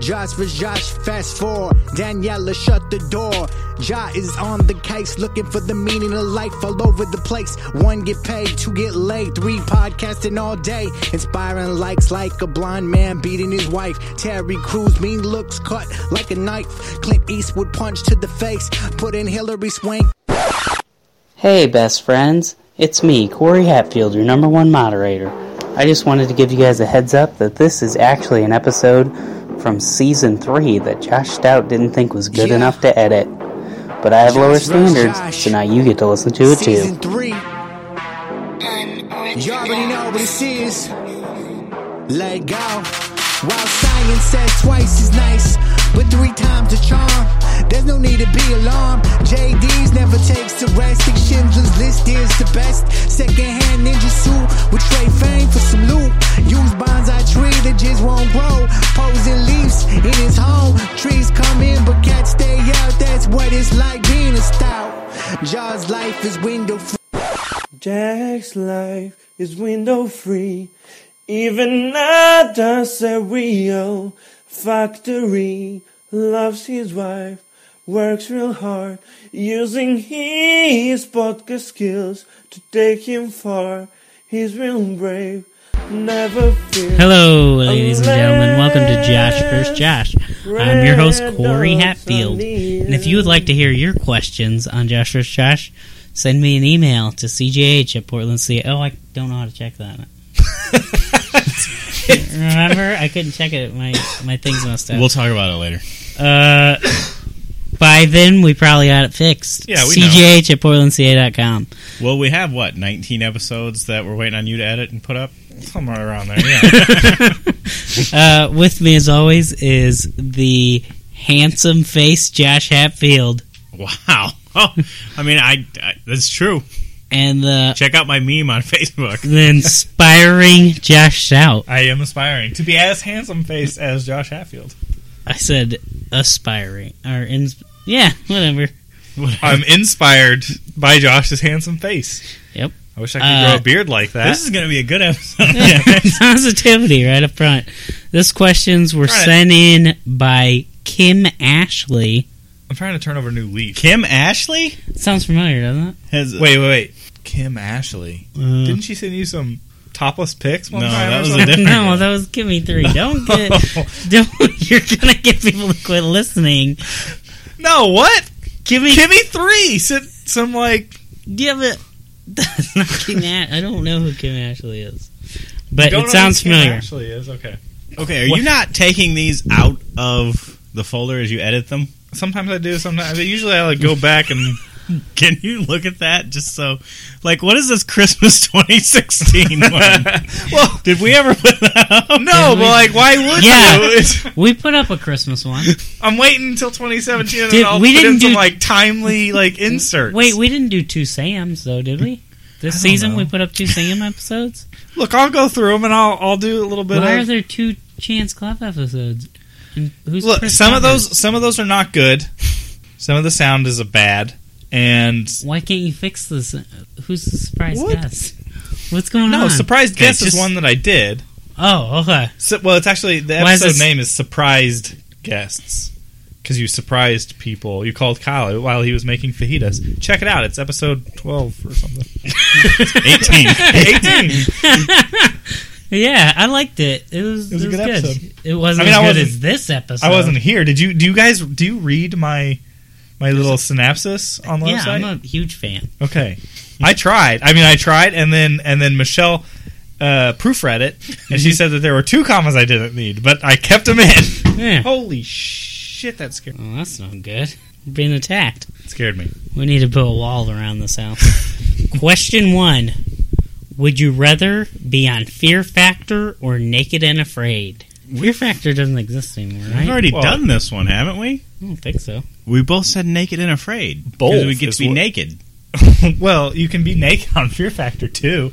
Josh for Josh, fast forward. Daniela, shut the door. Ja is on the case, looking for the meaning of life all over the place. One get paid, two get laid, three podcasting all day. Inspiring likes like a blind man beating his wife. Terry Crews, mean looks cut like a knife. Clint Eastwood punch to the face, put in Hillary Swank. Hey, best friends. It's me, Corey Hatfield, your number one moderator. I just wanted to give you guys a heads up that this is actually an episode from season three that Josh Stout didn't think was good Yeah. enough to edit. But I have lower Josh, Josh, standards, Josh. so now you get to listen to it Season too. three. You already know what it is. Let go. While science says twice is nice, but three times the charm. There's no need to be alarmed. JD's never takes the rest. Think Schindler's List is the best. Secondhand ninja suit with trade fame for some loot. Use bonsai tree that just won't grow. Posing leaves in his home. Trees come in, but cats stay out. That's what it's like being a stout. Jaws' life is window free. Jack's life is window free. Even at the cereal factory, loves his wife, works real hard, using his podcast skills to take him far. He's real brave, never fear. Hello, ladies and gentlemen. Welcome to Josh vs. Josh. I'm your host, Corey Hatfield. And if you would like to hear your questions on Josh vs. Josh, send me an email to cjh at Portland C. Oh, I don't know how to check that. Remember? I couldn't check it. My my thing's messed up. We'll talk about it later. Uh, by then, we probably got it fixed. Yeah, we know. CJH at portlandca.com. Well, we have what 19 episodes that we're waiting on you to edit and put up somewhere around there. Yeah. Uh, with me, as always, is the handsome face Josh Hatfield wow. Oh, I mean, I, I that's true. and the Check out my meme on Facebook. the inspiring Josh Shout. I am aspiring to be as handsome faced as Josh Hatfield. I said aspiring or ins- yeah, whatever. I'm inspired by Josh's handsome face. Yep. I wish I could Uh, grow a beard like that. This is going to be a good episode. Positivity right up front. This questions were Right. sent in by Kim Ashley. I'm trying to turn over a new leaf. Kim Ashley? Sounds familiar, doesn't it? Has, wait, wait, wait. Kim Ashley. Didn't she send you some topless pics one Hmm. no, time? that was a different No, that was give me three. Don't get don't you're gonna get people to quit listening. No, what? Give me Kimmy 3 sent some, like, yeah, but that's not Kim Ash- I don't know who Kim Ashley is. But Don't it sounds know who Kim familiar. Ashley is okay. Okay, are you not taking these out of the folder as you edit them? Sometimes I do. Sometimes usually I like go back and. Can you look at that just so? Like, what is this Christmas 2016 one? well, did we ever put that up? No, Did we? but, like, why would Yeah. you? We put up a Christmas one. I'm waiting until 2017 Did- I'll we put in didn't some, do- like timely like inserts. Wait, we didn't do two Sams though, did we? This don't season know. we put up two Sam episodes. look, I'll go through them and I'll I'll do a little bit. Why of, are there two Chance Club episodes? And who's Look, Chris some of Evans? those some of those are not good. Some of the sound is a bad, and Why can't you fix this? Who's the surprise What? guest? What's going no, on? surprised Okay, guest just- is one that I did. oh, okay. So, well, it's actually the Why is episode this- name is surprised guests because you surprised people. You called Kyle while he was making fajitas. Check it out. It's episode twelve or something. Eighteen. Eighteen. Yeah, I liked it. It was, it was, was a good good. episode. It wasn't I mean, as I good wasn't- as this episode. I wasn't here. Did you? Do you guys? Do you read my my little synopsis on the Yeah, I'm website? a huge fan. Okay. I tried. I mean, I tried, and then and then Michelle uh, proofread it, and she said that there were two commas I didn't need, but I kept them in. Yeah. Oh, Holy shit, that scared that's not good. We're being attacked. scared me. We need to put a wall around this house. Question one: Would you rather be on Fear Factor or Naked and Afraid? Fear Factor doesn't exist anymore, right? We've already Well- done this one, haven't we? I don't think so. We both said naked and afraid. 'Cause Both we get is to be what- naked. well, you can be naked on Fear Factor too.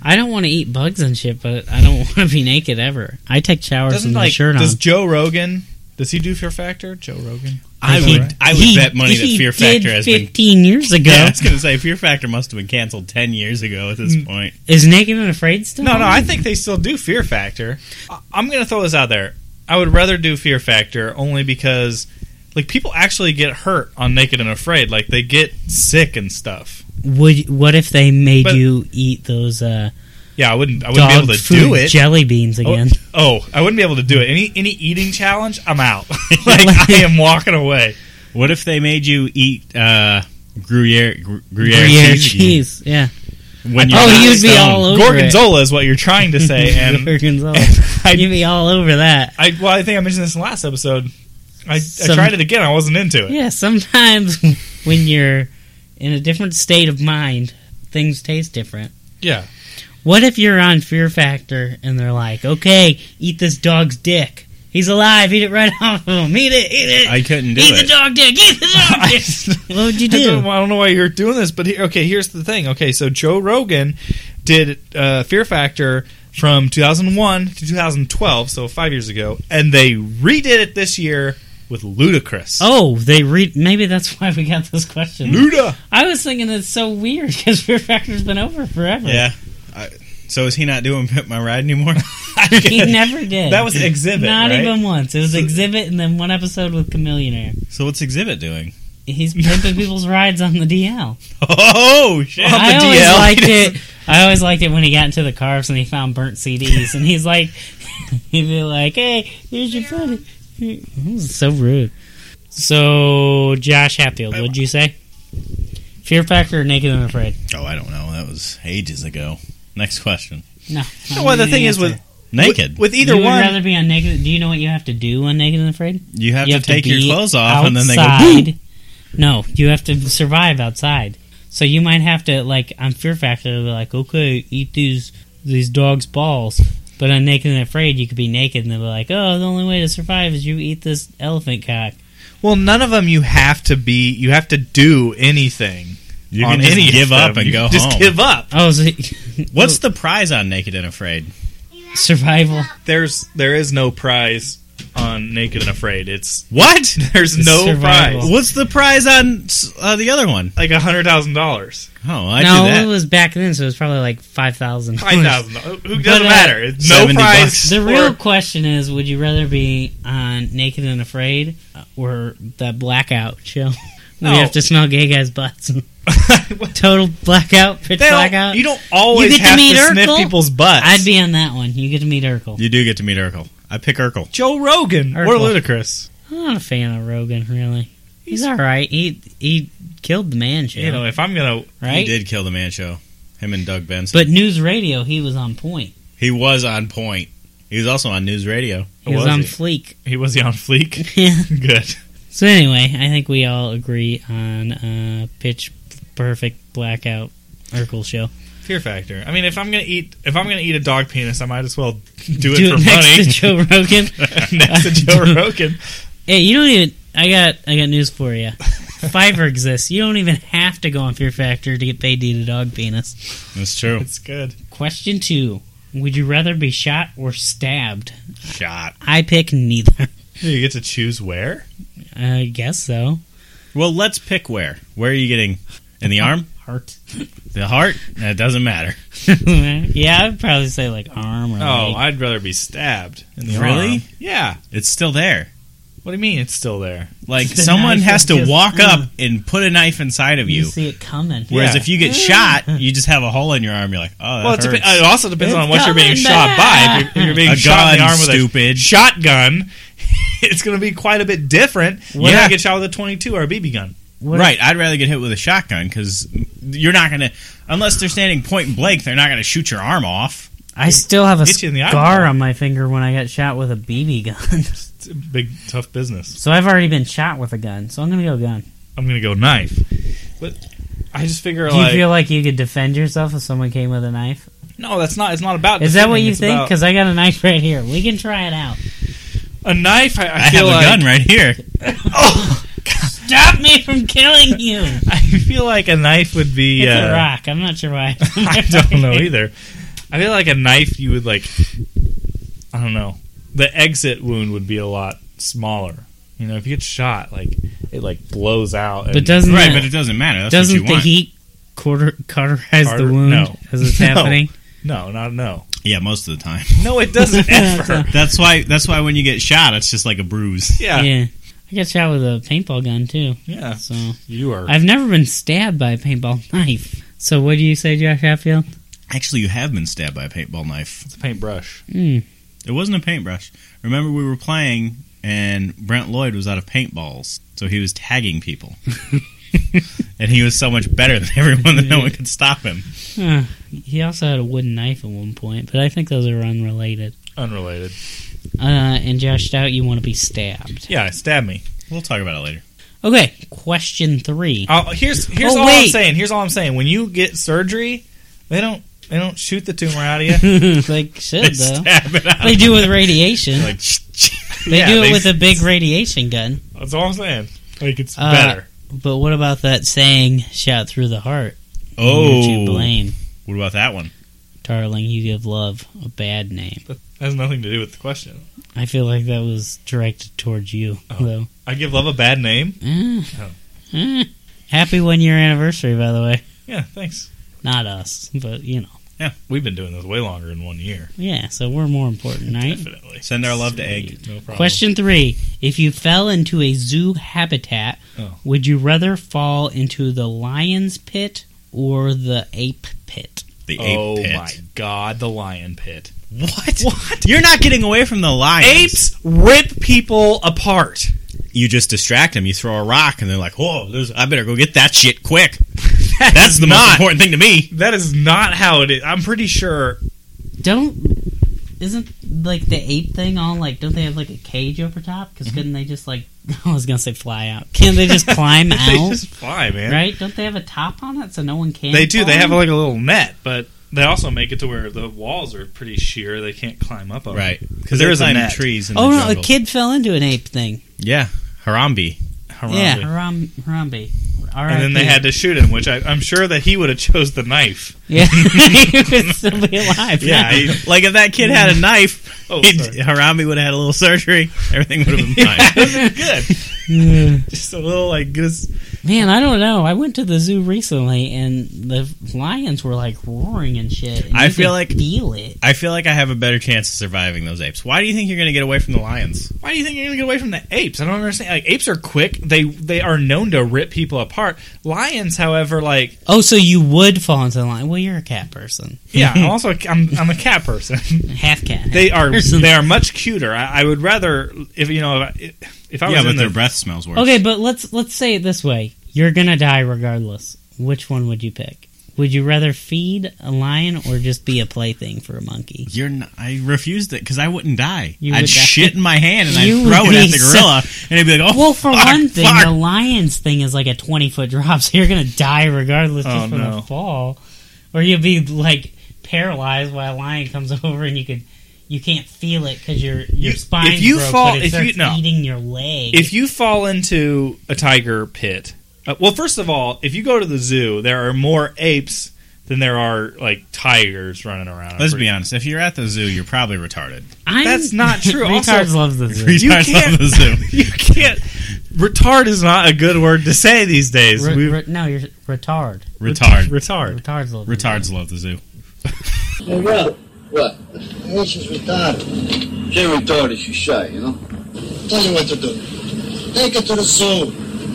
I don't want to eat bugs and shit, but I don't want to be naked ever. I take showers Doesn't with my like shirt on. does Joe Rogan? Does he do Fear Factor? Joe Rogan. I He- would. I would he- bet money that he Fear did Factor has been. fifteen years ago. Yeah, I was going to say Fear Factor must have been canceled ten years ago at Mm. this point. Is Naked and Afraid still? No, on? no, I think they still do Fear Factor. I- I'm going to throw this out there. I would rather do Fear Factor only because like people actually get hurt on Naked and Afraid. Like they get sick and stuff. Would what if they made But- you eat those uh, Yeah, I wouldn't. I wouldn't be dog able to food do it. jelly beans again? Oh, oh, I wouldn't be able to do it. Any any eating challenge, I'm out. like I am walking away. What if they made you eat uh, Gruyere, gr- Gruyere, Gruyere cheese, again cheese, yeah. when you're Oh, not you'd be stoned? all over Gorgonzola is what you're trying to say, and Gorgonzola. I- You'd be all over that. I well, I think I mentioned this in the last episode. I, I Some- tried it again. I wasn't into it. Yeah, sometimes when you're in a different state of mind, things taste different. Yeah. What if you're on Fear Factor and they're like, "Okay, eat this dog's dick. He's alive. Eat it right off of him. Eat it. Eat it. I couldn't do eat the it. dog dick. Eat the dog dick." what would you I don't, do? I don't know why you're doing this, but here, okay, here's the thing. Okay, so Joe Rogan did uh, Fear Factor from 2001 to 2012, so five years ago, and they redid it this year with Ludacris. Oh, they read. Maybe that's why we got this question. Luda. I was thinking it's so weird because Fear Factor's been over forever. Yeah. I, so is he not doing Pimp My Ride anymore? he never did. That was Exhibit, Not right? even once. It was Exhibit and then one episode with Chameleonaire. so what's Exhibit doing? He's pimping people's rides on the DL. Oh shit! On the I always DL. liked it. I always liked it when he got into the cars and he found burnt CDs, and he's like, he'd be like, "Hey, here's your phone." It was so rude. So, Josh Hatfield, what'd you say? Fear Factor or Naked and Afraid? Oh, I don't know. That was ages ago. Next question. No. Well, the thing is with Naked. with either you would one. rather be on Naked. Do you know what you have to do on Naked and Afraid? you have you to have take to your be clothes off, and then they go. outside. No, you have to survive outside. So you might have to like on Fear Factor, they're like, okay, eat these these dogs' balls. But on Naked and Afraid, you could be naked, and they'll be like, oh, the only way to survive is you eat this elephant cock. Well, none of them you have to be. You have to do anything. You on can just any of give up them. and You go Just home. give up. Oh, so What's the prize on Naked and Afraid? survival? There's there is no prize on Naked and Afraid. It's What? there's It's no survival. prize. What's the prize on uh, the other one? Like a hundred thousand dollars, Oh, I no, do it that. was back then, so it was probably like five thousand. five thousand dollars. Who doesn't uh, matter? It's no 70 prize. The for- real question is, would you rather be on Naked and Afraid or that blackout show? We No. have to smell gay guys' butts. Total blackout, pitch They don't- blackout. you don't always You get to have to, meet sniff Urkel? people's butts. I'd be on that one. You get to meet Urkel. You do get to meet Urkel. I pick Urkel. Joe Rogan or Urkel. Ludacris. I'm not a fan of Rogan, really. He's all right. He he killed the man show, You know, if I'm gonna, right? He did kill the man show. Him and Doug Benson. But news radio, he was on point. he was on point. He was also on news radio. He was, Oh, Was on he? fleek. he was he on fleek. Good. so anyway, I think we all agree on uh, pitch perfect blackout Urkel show. Fear Factor. I mean, if I'm gonna eat, if I'm gonna eat a dog penis, I might as well do it Do for it next money. to Joe Rogan. next to Joe Rogan. Hey, you don't even. I got. I got news for you. Fiverr exists. You don't even have to go on Fear Factor to get paid to eat a dog penis. That's true. It's good. Question two: Would you rather be shot or stabbed? Shot. I pick neither. You get to choose where. I guess so. Well, let's pick where. Where are you getting? In the arm? Heart. The heart? It doesn't matter. yeah, I'd probably say like arm or Oh, leg. I'd rather be stabbed. In the Really? arm. Yeah. It's still there. What do you mean it's still there? Like The someone knife has is to just- walk uh. up and put a knife inside of you. you. see it coming. Whereas Yeah. if you get shot, you just have a hole in your arm. You're like, oh, that well, it, hurts. dep- it also depends It's on what you're being coming shot by. back. If you're, if you're being A shot in the gun, arm with a stupid. shotgun, it's going to be quite a bit different when Yeah. I get shot with a 22 or a BB gun. What if- right. I'd rather get hit with a shotgun because you're not gonna, unless they're standing point blank, they're not gonna shoot your arm off. I still have a Hit you in the scar eyeball. on my finger when I got shot with a BB gun. It's a big tough business. so I've already been shot with a gun. So I'm gonna go gun. I'm going to go knife. But I just figure Do you like feel like you could defend yourself if someone came with a knife? no, that's not. It's not about. Is that what defending, you it's think? about- Because I got a knife right here. We can try it out. a knife, I, I, I have feel a like, gun right here. Stop me from killing you. It's I feel like a knife would be. uh, a rock. I'm not sure why. I don't know either. I feel like a knife you would like I don't know. The exit wound would be a lot smaller. You know, if you get shot, like it like blows out. And But doesn't Right, that- but it doesn't matter. That's what doesn't you the want. heat quarter cauterize Carter- the wound no. as it's No. happening? No, not no. Yeah, most of the time. No, it doesn't ever. That's why. That's why when you get shot, it's just like a bruise. Yeah. Yeah. I got shot with a paintball gun too. Yeah. So You are. I've never been stabbed by a paintball knife. So what do you say, Josh Hatfield? Actually, you have been stabbed by a paintball knife. It's a paintbrush. Mm. It wasn't a paintbrush. Remember, we were playing, and Brent Lloyd was out of paintballs, so he was tagging people. and he was so much better than everyone that no one could stop him. Huh. He also had a wooden knife at one point, but I think those are unrelated. Unrelated. Uh, and Josh Stout, you want to be stabbed. Yeah, stab me. We'll talk about it later. Okay, question three. I'll, here's here's Oh, all I'm wait. saying. Here's all I'm saying. When you get surgery, they don't they don't shoot the tumor out of you. like should though Stab it out. they do with radiation? Like, they yeah, do it they- with a big radiation gun. That's all I'm saying. Like it's Uh, better. But what about that saying "shot through the heart"? Who would you oh, blame, what about that one? darling? You give love a bad name. That has nothing to do with the question. I feel like that was directed towards you, though. I give love a bad name. Eh. Oh. Eh. Happy one year anniversary, by the way. Yeah, thanks. Not us, but you know, We've been doing this way longer than one year. yeah. So we're more important, right? Definitely. Send our love to Egg. No problem. Hmm? Question three: If you fell into a zoo habitat, Oh. would you rather fall into the lion's pit or the ape pit? The Oh ape pit. my god, the lion pit. What? What? You're not getting away from the lions. Apes rip people apart. You just distract them. You throw a rock, and they're like, "Whoa! There's, I better go get that shit quick." That's the most not- important thing to me. That is not how it is. I'm pretty sure. Don't isn't like the ape thing on like don't they have like a cage over top? Because couldn't they just like I was gonna say fly out? Can they just climb They out? just fly, man. Right? Don't they have a top on it so no one can? They do. They climb? have like a little net, but they also make it to where the walls are pretty sheer. They can't climb up. on Right? Because There they're is a climbing net. trees. In Oh the no! A jungle. kid fell into an ape thing. Yeah, Harambe. Harambe. Yeah, Haram, Harambe. And then they had to shoot him, which I, I'm sure that he would have chose the knife. yeah, he would still be alive. Yeah, now. he- like if that kid had a knife, Oh, he'd- sorry. Harambe would have had a little surgery. Everything would have been fine. Good. Just a little like this. Man, I don't know. I went to the zoo recently, and the lions were like roaring and shit. and I you feel could like- feel it. I feel like I have a better chance of surviving those apes. Why do you think you're going to get away from the lions? Why do you think you're gonna get away from the apes? I don't understand. Like apes are quick. They they are known to rip people apart. Lions, however, like Oh, so you would fall into the line? Well, you're a cat person, yeah. I'm also a, I'm I'm a cat person. half cat. They are Person. they are much cuter. I, I would rather if you know if, I- if I was yeah, but in their the breath smells worse. okay, but let's let's say it this way: you're gonna die regardless. Which one would you pick? Would you rather feed a lion or just be a plaything for a monkey? You're not, I refused it because I wouldn't die. You I'd would die. shit in my hand and You I'd throw would it at be the so- gorilla, and it'd be like, "Oh, Well, for fuck, one thing, fuck. the lion's thing is like a twenty foot drop, so you're gonna die regardless Oh, just from no. the fall, or you'll be like paralyzed while a lion comes over and you could you can't feel it because your your You- spine. if you broke, fall- but it if you- starts no. eating your leg. if you fall into a tiger pit. Uh, well, first of all, if you go to the zoo, there are more apes than there are like tigers running around. Let's be honest. If you're at the zoo, you're probably retarded. I'm, that's not true. Also- Retards love the zoo. You Retards can't- love the zoo. You can't. Retard is not a good word to say these days. Re- We've- re- no, you're retard. Retard. Retard. Retards love. the zoo. Retards love the zoo. Hey, Rob. What? This is retarded. She retarded, she shy, you know? Tell you what to do. Take her to the zoo.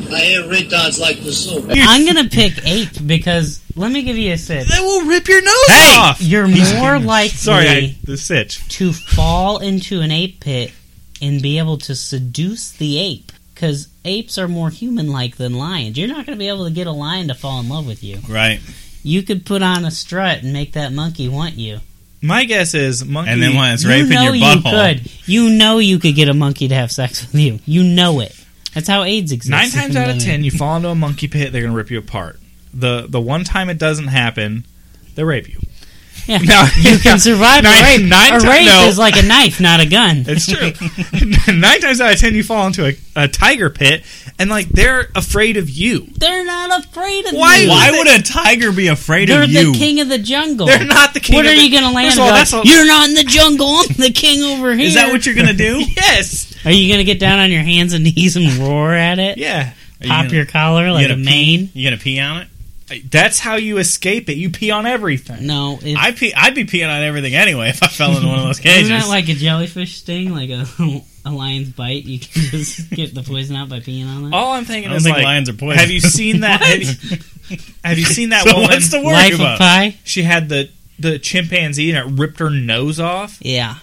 I hear retards like the zoo. I'm gonna pick ape because let me give you a sip. That will rip your nose off. You're more likely. Sorry, I, the sitch. to fall into an ape pit and be able to seduce the ape because apes are more human-like than lions you're not going to be able to get a lion to fall in love with you Right. you could put on a strut and make that monkey want you My guess is monkey. And then when it's you raping know your you butthole, could you know you could get a monkey to have sex with you you know it that's how aids exists nine times out of Million. ten, you fall into a monkey pit, they're gonna rip you apart. The the one time it doesn't happen, they rape you. yeah. No, you can survive Nine- a rape nine a ti- rape no. is like a knife not a gun It's true. nine times out of ten, you fall into a, a tiger pit, and like they're afraid of you. they're not afraid of Why- you. why would a tiger be afraid they're of the you? king of the jungle They're not the king. what of are the- you going to land? First and of all, be like, that's all- You're not in the jungle. I'm the king over here. Is that what you're gonna do? yes. Are you going to get down on your hands and knees and roar at it? Yeah. Are you Pop gonna- your collar like you a gonna mane? You gonna pee on it? That's how you escape it. You pee on everything. No, it's I pee, I'd be peeing on everything anyway if I fell into one of those cages. isn't that like a jellyfish sting, like a, a lion's bite? You can just get the poison out by peeing on it. All I'm thinking I don't is think like, lions are poisonous. have you seen that? have, you, have you seen that so woman? what's the worry Life of about? Pi. she had the the chimpanzee and it ripped her nose off. Yeah.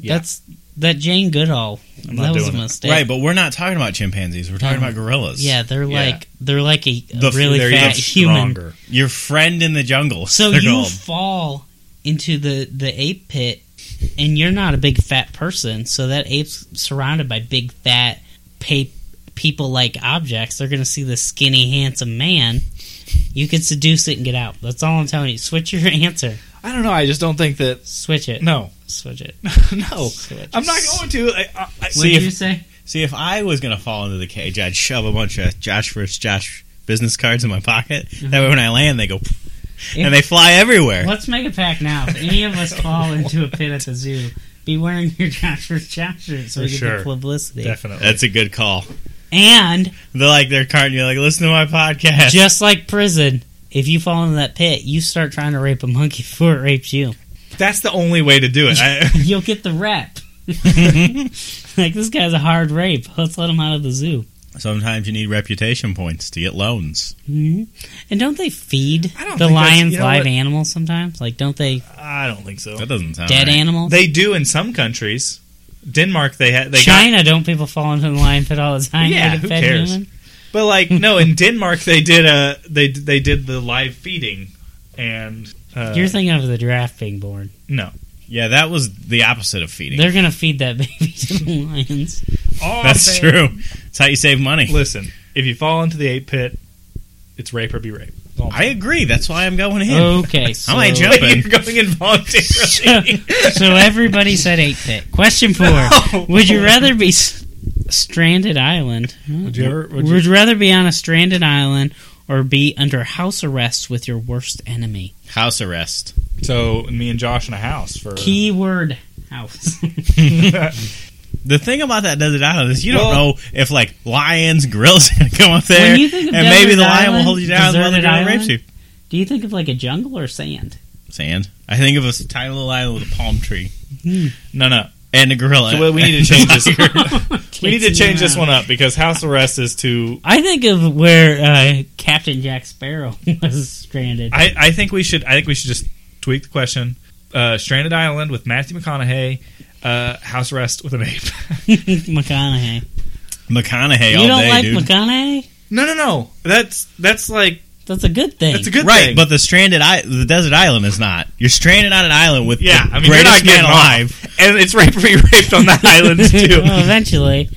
Yeah. that's that Jane Goodall. that was a doing it. mistake. Right, but we're not talking about chimpanzees. We're talking No. about gorillas. Oh, Yeah, they're Yeah. like they're like a, a The- really they're fat even human. Stronger. Your friend in the jungle. So they're you called. fall into the the ape pit, and you're not a big fat person. So that ape's surrounded by big fat pa- people like objects. They're gonna see this skinny handsome man. You can seduce it and get out. That's all I'm telling you. Switch your answer. I don't know. I just don't think that. Switch it. No, Switch it. no, Switch. I'm not going to. I, I, I, What did if- you say? See, if I was going to fall into the cage, I'd shove a bunch of Josh versus Josh business cards in my pocket. Mm-hmm. That way, when I land, they go and they fly everywhere. Let's make a pact now. If any of us fall into a pit at the zoo, be wearing your Josh vs. Josh shirt so we For get sure. the publicity. definitely. That's a good call. And They're like they're carting you, like listen to my podcast. just like prison, if you fall into that pit, you start trying to rape a monkey before it rapes you. That's the only way to do it. I, You'll get the rep. like this guy's a hard rape. Let's let him out of the zoo. Sometimes you need reputation points to get loans. hmm And don't they feed I don't the think that's- lions you know live what? animals sometimes? Like don't they I don't think so. That doesn't sound dead right. animals? They do in some countries. Denmark, they had they got, China don't people fall into the lion pit all the time? Yeah, They get who fed cares? human? but like no, in Denmark they did a they they did the live feeding, and uh, You're thinking of the giraffe being born. no, Yeah, that was the opposite of feeding. They're gonna feed that baby to the lions. All I'm That's saying- true. It's how you save money. Listen, if you fall into the ape pit, it's rape or be raped. Oh, I agree. That's why I'm going in. Okay, so I might jump you're in. going involuntarily. so everybody said eight pit. Question four: No. Would you rather be s- stranded island? Would you ever- would Would you- you, rather be on a stranded island or be under house arrest with your worst enemy? House arrest. so me and Josh in a house for Keyword house. The thing about that desert island is you don't Well- know if like lions, gorillas are gonna come up there, you think of and maybe desert the lion will island, hold you down while the deserted gorilla rapes island? you. Do you think of like a jungle or sand? Sand. I think of a s- tiny little island with a palm tree no no. and a gorilla. So what we need to change this. we need to Takes change me this around. one up because house arrest is too. uh, I think of where uh, Captain Jack Sparrow was stranded. I, I think we should. I think we should just tweak the question. Uh, Stranded Island with Matthew McConaughey. Uh, house arrest with an ape. McConaughey. McConaughey You all don't day, like dude. McConaughey? no no no. That's that's like That's a good thing. that's a good right, thing. but the stranded I- the desert island is not. You're stranded on an island with yeah, the I mean you're not greatest getting man alive. off. and it's rape or be raped on the island too. well, eventually,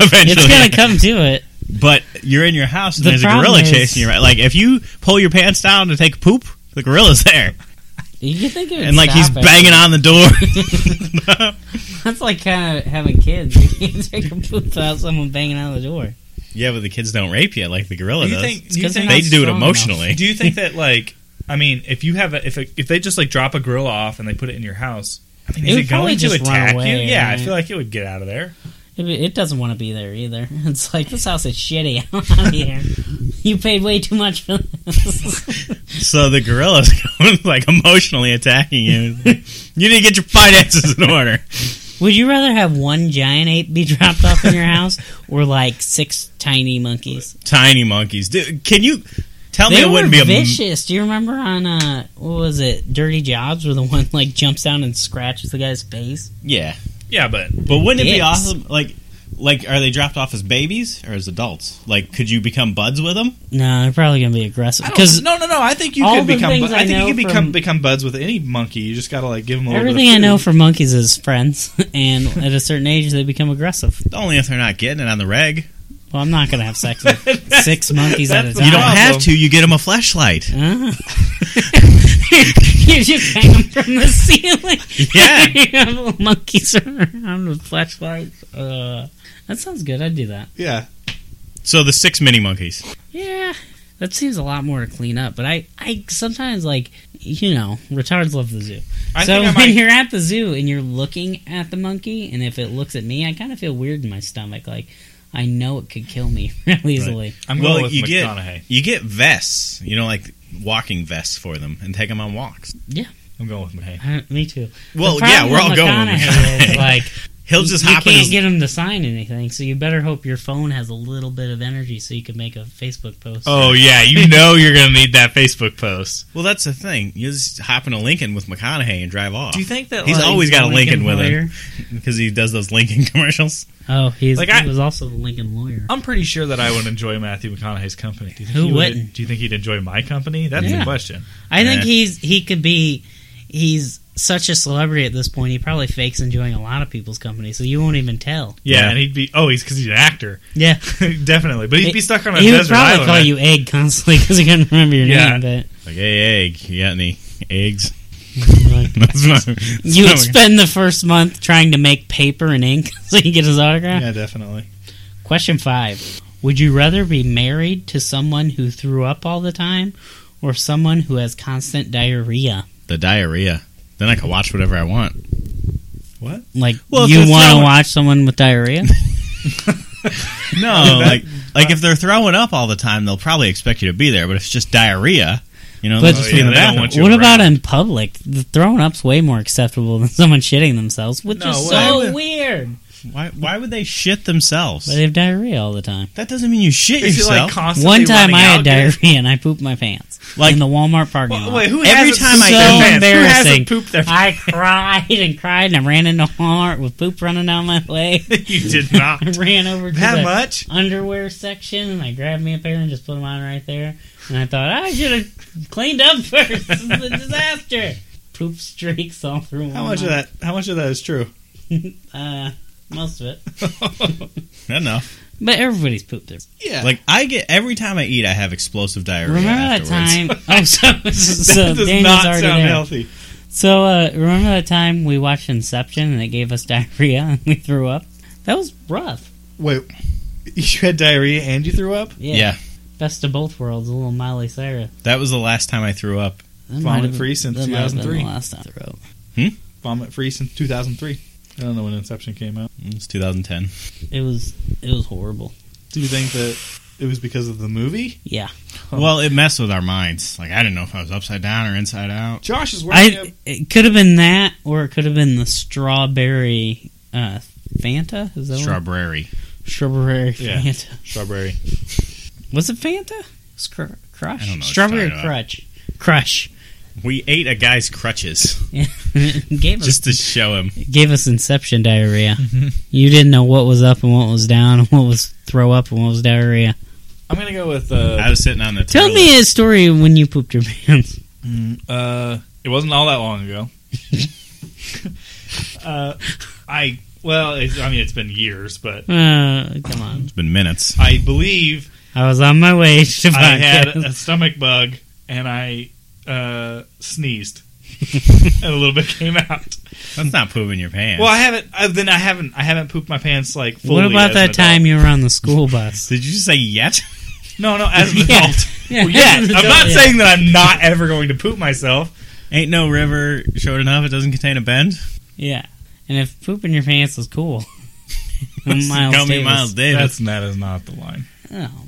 Eventually, it's gonna come to it. But you're in your house and The there's a problem gorilla is- chasing you. Right, like if you pull your pants down to take a poop, the gorilla's there, You think it would and like he's stop it. banging on the door. That's like kind of having kids. You can't take a poop without someone banging out the door. yeah, but the kids don't rape you like the gorilla Do you does. think? It's Do you 'cause they're think they not do it strong emotionally. Do you think that like I mean, if you have a if a, if they just like drop a gorilla off and they put it in your house, I mean, It is would it probably going to just run attack you? away, Yeah, right? I feel like it would get out of there. It, it doesn't want to be there either. It's like this house is shitty. I'm out of here. You paid way too much for this. So the gorilla's like emotionally attacking you. you need to get your finances in order. would you rather have one giant ape be dropped off in your house or like six tiny monkeys? Tiny monkeys. Dude, can you tell They me it were wouldn't be a vicious. Do you remember on uh, what was it, Dirty Jobs, where the one like jumps down and scratches the guy's face? Yeah. Yeah, but But wouldn't it be Dicks. awesome like like are they dropped off as babies or as adults? Like could you become buds with them? No, they're probably gonna be aggressive because no, no, no. I think you all could the become. things bu- I I think know you could become from- become buds with any monkey. You just gotta like give them a little Everything bit I of food. know for monkeys is friends, and at a certain age they become aggressive. Only if they're not getting it on the reg. Well, I'm not gonna have sex with six monkeys at a that's time. the You don't Problem. have to, you get them a flashlight. Ah. you just hang them from the ceiling. Yeah. you have little monkeys around with flashlights. Uh, that sounds good. I'd do that. Yeah, So the six mini monkeys. Yeah, that seems a lot more to clean up. But I, I sometimes like you know, retards love the zoo. I so think I when might- you're at the zoo and you're looking at the monkey, and if it looks at me, I kind of feel weird in my stomach. Like I know it could kill me real easily. I'm well, going with you get McConaughey. you get vests, you know, like walking vests for them, and take them on walks. I'm going with McConaughey. Uh, me too. Well, The yeah, we're all problem with going. With McConaughey is, McConaughey. like He'll just you, hop You in. can't His, get him to sign anything, so you better hope your phone has a little bit of energy so you can make a Facebook post. Oh yeah, you know you're gonna need that Facebook post. well, that's the thing. You just hop in a Lincoln with McConaughey and drive off. Do you think that He's like, always got a Lincoln with lawyer. him because he does those Lincoln commercials. Oh, he's Like, I- he was also the Lincoln lawyer. I'm pretty sure that I would enjoy Matthew McConaughey's company. Do you think Who he wouldn't? do you think he'd enjoy my company? That's Yeah. the question. I think Yeah. he's he could be he's such a celebrity at this point. He probably fakes enjoying a lot of people's company, so you won't even tell. Yeah, Yeah. and he'd be oh, he's because he's an actor, Yeah, definitely. But he'd be stuck on a he would desert probably island. call you Egg constantly because he couldn't remember your Yeah. name. Like, hey, egg, you got any eggs? But like, That's what- that's you what would I'm- spend the first month trying to make paper and ink so you get his autograph. yeah, definitely. Question five: Would you rather be married to someone who threw up all the time, or someone who has constant diarrhea? the diarrhea. Then I can watch whatever I want. Like Well, if you they're want to throwing- watch someone with diarrhea? No, like like if they're throwing up all the time, they'll probably expect you to be there. But if it's just diarrhea, you know, But- they'll just Oh, be yeah, in the they don't bathroom. want you What around. about in public? The throwing up's way more acceptable than someone shitting themselves, which No is way. so weird. Why, why would they shit themselves? But they have diarrhea all the time. That doesn't mean you shit Is he like yourself. constantly One time running I out? had diarrhea and I pooped my pants Like- in the Walmart parking lot. Wait, who Every hasn't time pooped I so their pants? Who embarrassing. hasn't pooped their I cried and cried and I ran into Walmart with poop running down my leg. You did not. I ran over to That the much? underwear section and I grabbed me a pair and just put them on right there. And I thought I should have cleaned up first. this is a disaster. Poop streaks all through. How much Walmart. of that? How much of that is true? Uh, most of it. Enough. But everybody's pooped their. Yeah. Like I get every time I eat, I have explosive diarrhea. Remember that afterwards. time? Oh, so, so that does Daniel's not already sound there. healthy. So uh, remember that time we watched Inception and it gave us diarrhea and we threw up. That was rough. Wait, you had diarrhea and you threw up? Yeah. Yeah. Best of both worlds. A little Miley Cyrus. that was the last time I threw up. That might Vomit have- free since that might have been the 2003. Last time I threw up. Vomit free since 2003. I don't know when Inception came out. It's 2010. It was it was horrible. Do you think that it was because of the movie? Yeah. Well, it messed with our minds. Like I didn't know if I was upside down or inside out. Josh is wearing I it could have been that or it could have been the strawberry uh, Fanta. Is that what? Strawberry. Strawberry Yeah. Fanta. a strawberry. Was it Fanta? It's cr- crush. I don't know. Strawberry Try it out. crutch. Crush. We ate a guy's crutches gave us just to show him. gave us inception diarrhea. Mm-hmm. you didn't know what was up and what was down and what was throw up and what was diarrhea. I'm gonna go with uh, I was sitting on the. Tell toilet. me a story when you pooped your pants. uh. It wasn't all that long ago. uh, I well, it's, I mean, it's been years, but Uh, come on. It's been minutes. I believe I was on my way to I had podcast. a stomach bug and I uh, sneezed, and a little bit came out. That's not pooping your pants. Well, I haven't. I, then I haven't. I haven't pooped my pants like fully. What about as an that time adult. you were on the school bus? Did you just say yet? No, no. As an Yeah. adult. Yeah, Yeah, as an I'm adult, not yeah. saying that I'm not ever going to poop myself. Ain't no river short enough. It doesn't contain a bend. Yeah. And if pooping your pants is cool. I'm Miles Call me Davis. Miles Davis. That's that is not the line. Oh,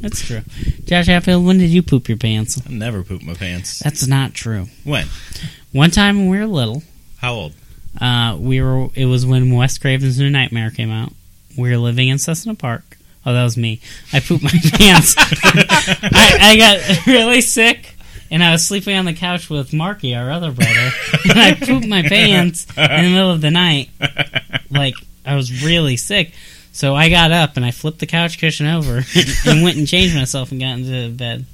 that's true. Josh Hatfield, when did you poop your pants? I never poop my pants. That's not true. When? One time when we were little, How old? Uh, we were. It was when Wes Craven's New Nightmare came out. We were living in Cessna Park. Oh, that was me. I pooped my pants. I, I got really sick, and I was sleeping on the couch with Marky, our other brother. and I pooped my pants in the middle of the night. Like I was really sick, so I got up and I flipped the couch cushion over and went and changed myself and got into bed.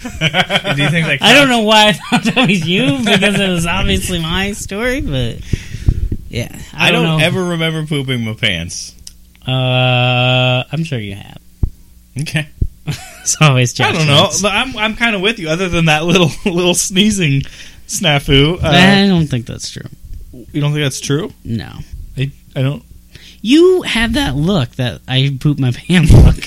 Do you think that? I don't know why I thought that was you because it was obviously my story, but yeah, I, I don't, know. ever remember pooping my pants. Uh, I'm sure you have. Okay. It's always Josh. I don't know. Jones. But I'm I'm kind of with you. Other than that little little sneezing snafu, uh, I don't think that's true. you don't think that's true? No, I, I don't. you have that look that I poop my pants look.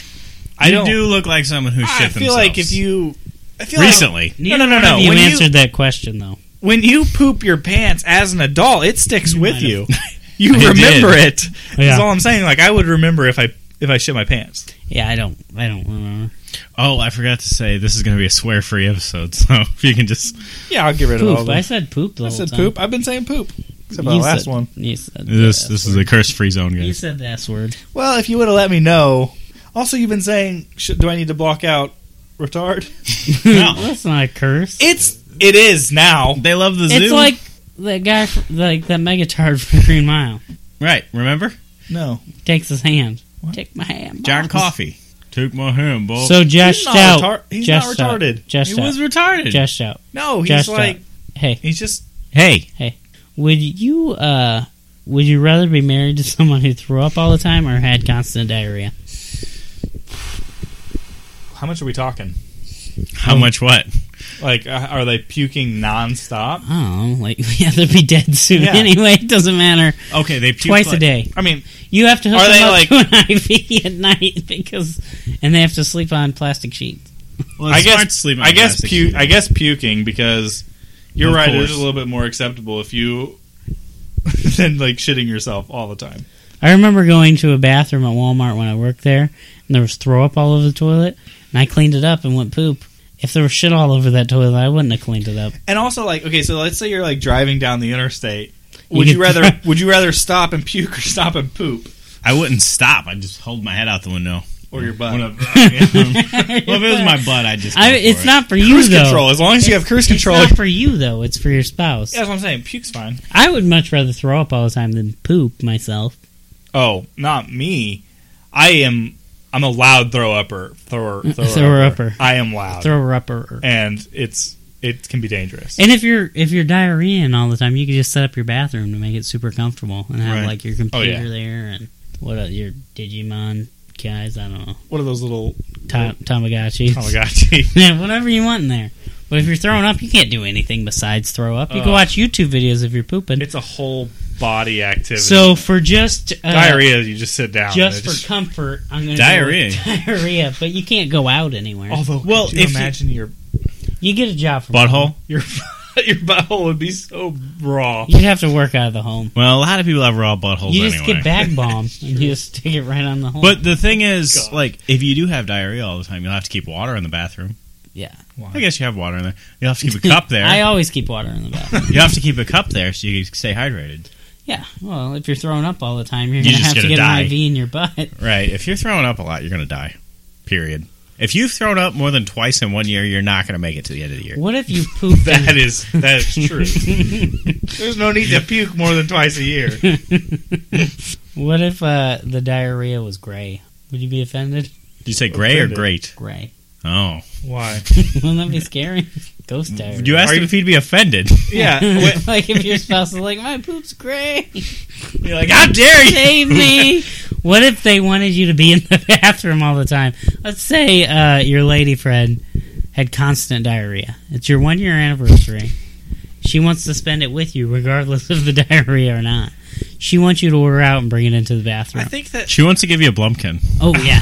I you don't. do look like someone who shit I feel themselves. like if you. I feel like recently, Neither no, no, one no. of You When you- answered that question though. when you poop your pants as an adult, it sticks with might have. you. You I remember did. it. Yeah. That's all I'm saying. Like I would remember if I if I shit my pants. Yeah, I don't. I don't remember. Oh, I forgot to say this is going to be a swear free episode, so if you can just Yeah, I'll get rid of all Poop. that. I said poop. The I whole said time. poop. I've been saying poop. Except for You the last said- one. You said this the this S is a curse free zone, word. You guys. said the S word. Well, if you would have let me know. Also, you've been saying, sh- do I need to block out retard? Oh, that's not a curse. It's it is now. They love the zoo, it's like the guy, fr- like that megatard from Green Mile, right? Remember No, takes his hand. Take my hand, John boss. Coffey took my hand, boy. So Josh He's not out. retar- he's Just not out. retarded. Just he out. was retarded. Just out. No, he's Just like out. Hey, he's just hey, would you uh, would you rather be married to someone who threw up all the time or had constant diarrhea? how much are we talking? how much what? Like, uh, are they puking nonstop? Oh, like yeah, they'd be dead soon Yeah. anyway. It doesn't matter. Okay, they puked Twice like- a day. I mean, You have to hook Are them they, up like- to an IV at night because, and they have to sleep on plastic sheets. Well, I it's guess hard to sleep on I guess plastic pu- sheets. I guess puking because you're Of right. It course. is a little bit more acceptable if you than like shitting yourself all the time. I remember going to a bathroom at Walmart when I worked there, and there was throw up all over the toilet, and I cleaned it up and went poop. If there was shit all over that toilet, I wouldn't have cleaned it up. And also, like, okay, so let's say you're like driving down the interstate. You Would could- you rather would you rather stop and puke or stop and poop I wouldn't stop. I'd just hold my head out the window. or your butt? When I- well, if it was my butt, I'd just. I, go it's for it. not for you cruise though. control. As long as you have cruise It's control, not for you though. It's for your spouse. that's what I'm saying. Puke's fine. I would much rather throw up all the time than poop myself. Oh, not me. I am. I'm a loud throw upper. Thrower. Thrower. Thrower upper. I am loud, Throw her up or. and it's it can be dangerous. And if you're if you're diarrheaing all the time, you could just set up your bathroom to make it super comfortable and have Right. like your computer Oh, yeah. there and what else, your Digimon guys. I don't know what are those little? Ta- Tamagotchi. Oh my god, gee. Yeah, whatever you want in there. But if you're throwing up, you can't do anything besides throw up. You can Ugh. watch YouTube videos if you're pooping. Oh. it's a whole body activity. so for just uh, diarrhea, you just sit down. just and for it just- comfort, I'm going to Diarrhea. diarrhea, but you can't go out anywhere. although, Well, well, if you- imagine your You get a job from butthole. your your butthole would be so raw. You'd have to work out of the home. Well, a lot of people have raw buttholes You just anyway. get bag bomb and you just stick it right on the home. But the thing is, God. like, if you do have diarrhea all the time, you'll have to keep water in the bathroom. yeah, I guess you have water in there. You'll have to keep a cup there. I always keep water in the bathroom. you have to keep a cup there so you can stay hydrated. yeah, well, if you're throwing up all the time, you're You're gonna just have to gonna get die. an IV in your butt. Right. If you're throwing up a lot, you're going to die. Period. If you've thrown up more than twice in one year, you're not going to make it to the end of the year. What if you poop? That is that is true. There's no need to puke more than twice a year. What if uh, the diarrhea was gray? Would you be offended? Did you say gray or Offended. great? Gray. Oh. Why? Wouldn't that be scary? Ghost diarrhea. You asked Are him you- if he'd be offended. Yeah. wait, like if your spouse is like, my poop's gray, You're like, how dare you? save me. What if they wanted you to be in the bathroom all the time? Let's say uh, your lady friend had constant diarrhea. It's your one year anniversary. She wants to spend it with you, regardless of the diarrhea or not. She wants you to order out and bring it into the I bathroom. think that She wants to give you a blumpkin. oh yeah,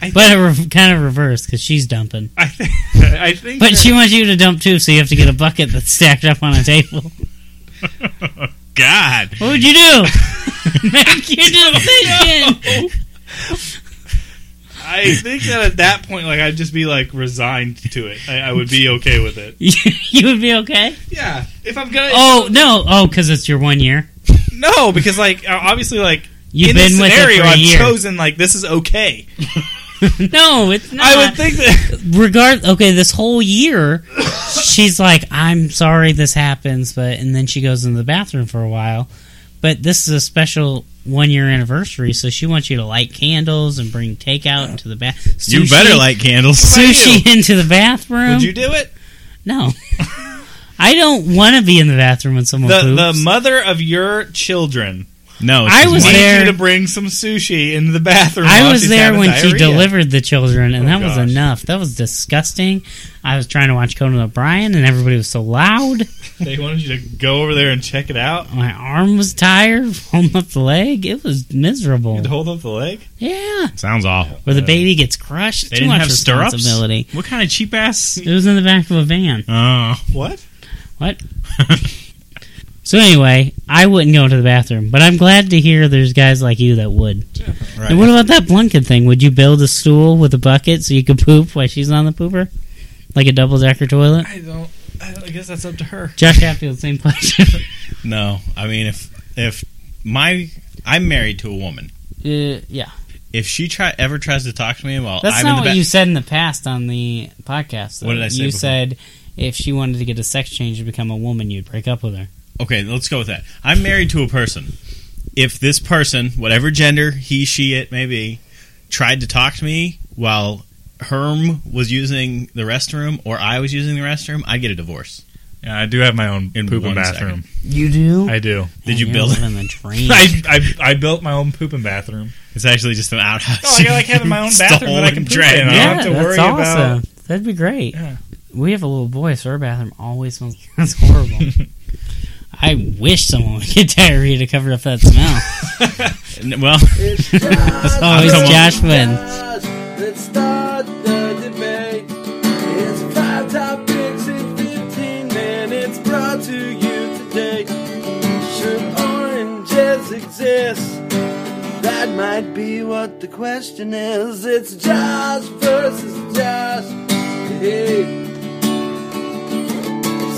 I but a re- kind of reverse because she's dumping. I think I think But that- she wants you to dump too, so you have to get a bucket that's stacked up on a table. God. What would you do? Make your decision. I think that at that point, like I'd just be like resigned to it. I, I would be okay with it. you would be okay. Yeah. If I'm gonna Oh no! Oh, because it's your one year. no, because like obviously like You've in been this scenario, with it I've for a year. chosen like this is okay. no, it's not. I would think that Regard. Okay, this whole year, she's like, "I'm sorry this happens," but and then she goes in the bathroom for a while. But this is a special one year anniversary, so she wants you to light candles and bring takeout into the bath. You better light candles. sushi into the bathroom. would you do it? No. I don't want to be in the bathroom when someone The the poops. mother of your children No. I she's was like, needs there- you to bring some sushi into the bathroom. I while was she's there having when she diarrhea. delivered the children, and Oh, that gosh. was enough. That was disgusting. I was trying to watch Conan O'Brien, and everybody was so loud. They wanted you to go over there and check it out. My arm was tired, holding up the leg. It was miserable. And hold up the leg. Yeah, Sounds awful. where the baby gets crushed. They Too didn't much have stirrups? responsibility. What kind of cheap ass? It was in the back of a van. Oh. What? What? So anyway, I wouldn't go to the bathroom, but I'm glad to hear there's guys like you that would. Right. And what about that Blunkett thing? Would you build a stool with a bucket so you could poop while she's on the pooper, like a double decker toilet? I don't. I guess that's up to her. Josh Hatfield, same question. No, I mean if if my I'm married to a woman. uh, yeah, If she try ever tries to talk to me while that's I'm not in what the ba- you said in the past on the podcast. though. What did I say You before? said if she wanted to get a sex change to become a woman, you'd break up with her. okay, let's go with that. I'm married to a person. If this person, whatever gender he, she, it may be, tried to talk to me while Herm was using the restroom or I was using the restroom, I get a divorce. Yeah, I do have my own In poop and one bathroom. You do? I do. Did you build it? in the dream? I, I I built my own poop and bathroom. It's actually just an outhouse. No, Oh, I like having my own bathroom that I Stolen can poop dragon. in. I yeah, don't have to that's worry awesome. about. That'd be great. Yeah. We have a little boy, so our bathroom always smells. That's horrible. I wish someone would get diarrhea to cover up that smell. N- Well, That's always Someone- Josh wins. Let's start the debate. It's five topics in 15 minutes brought to you today. Should oranges exist? That might be what the question is. It's Josh versus Josh. Hey.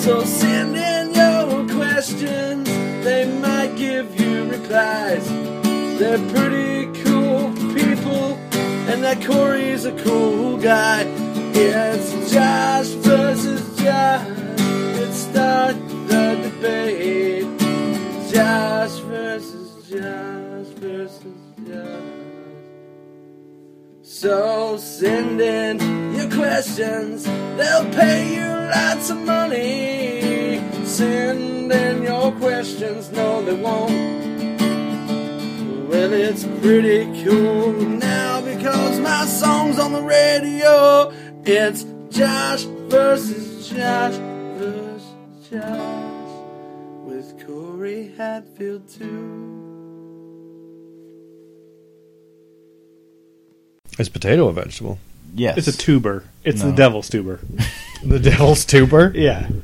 So send in your questions, they might give you replies. They're pretty cool people, and that Corey's a cool guy. It's Josh versus Josh. Let's start the debate. Josh versus Josh versus Josh. So send in your questions, they'll pay you lots of money. Send in your questions, no, they won't. Well, it's pretty cool now because my song's on the radio. It's Josh versus Josh versus Josh with Corey Hatfield, too. Is potato a vegetable? yes. It's a tuber. It's the devil's tuber. The devil's tuber? Yeah.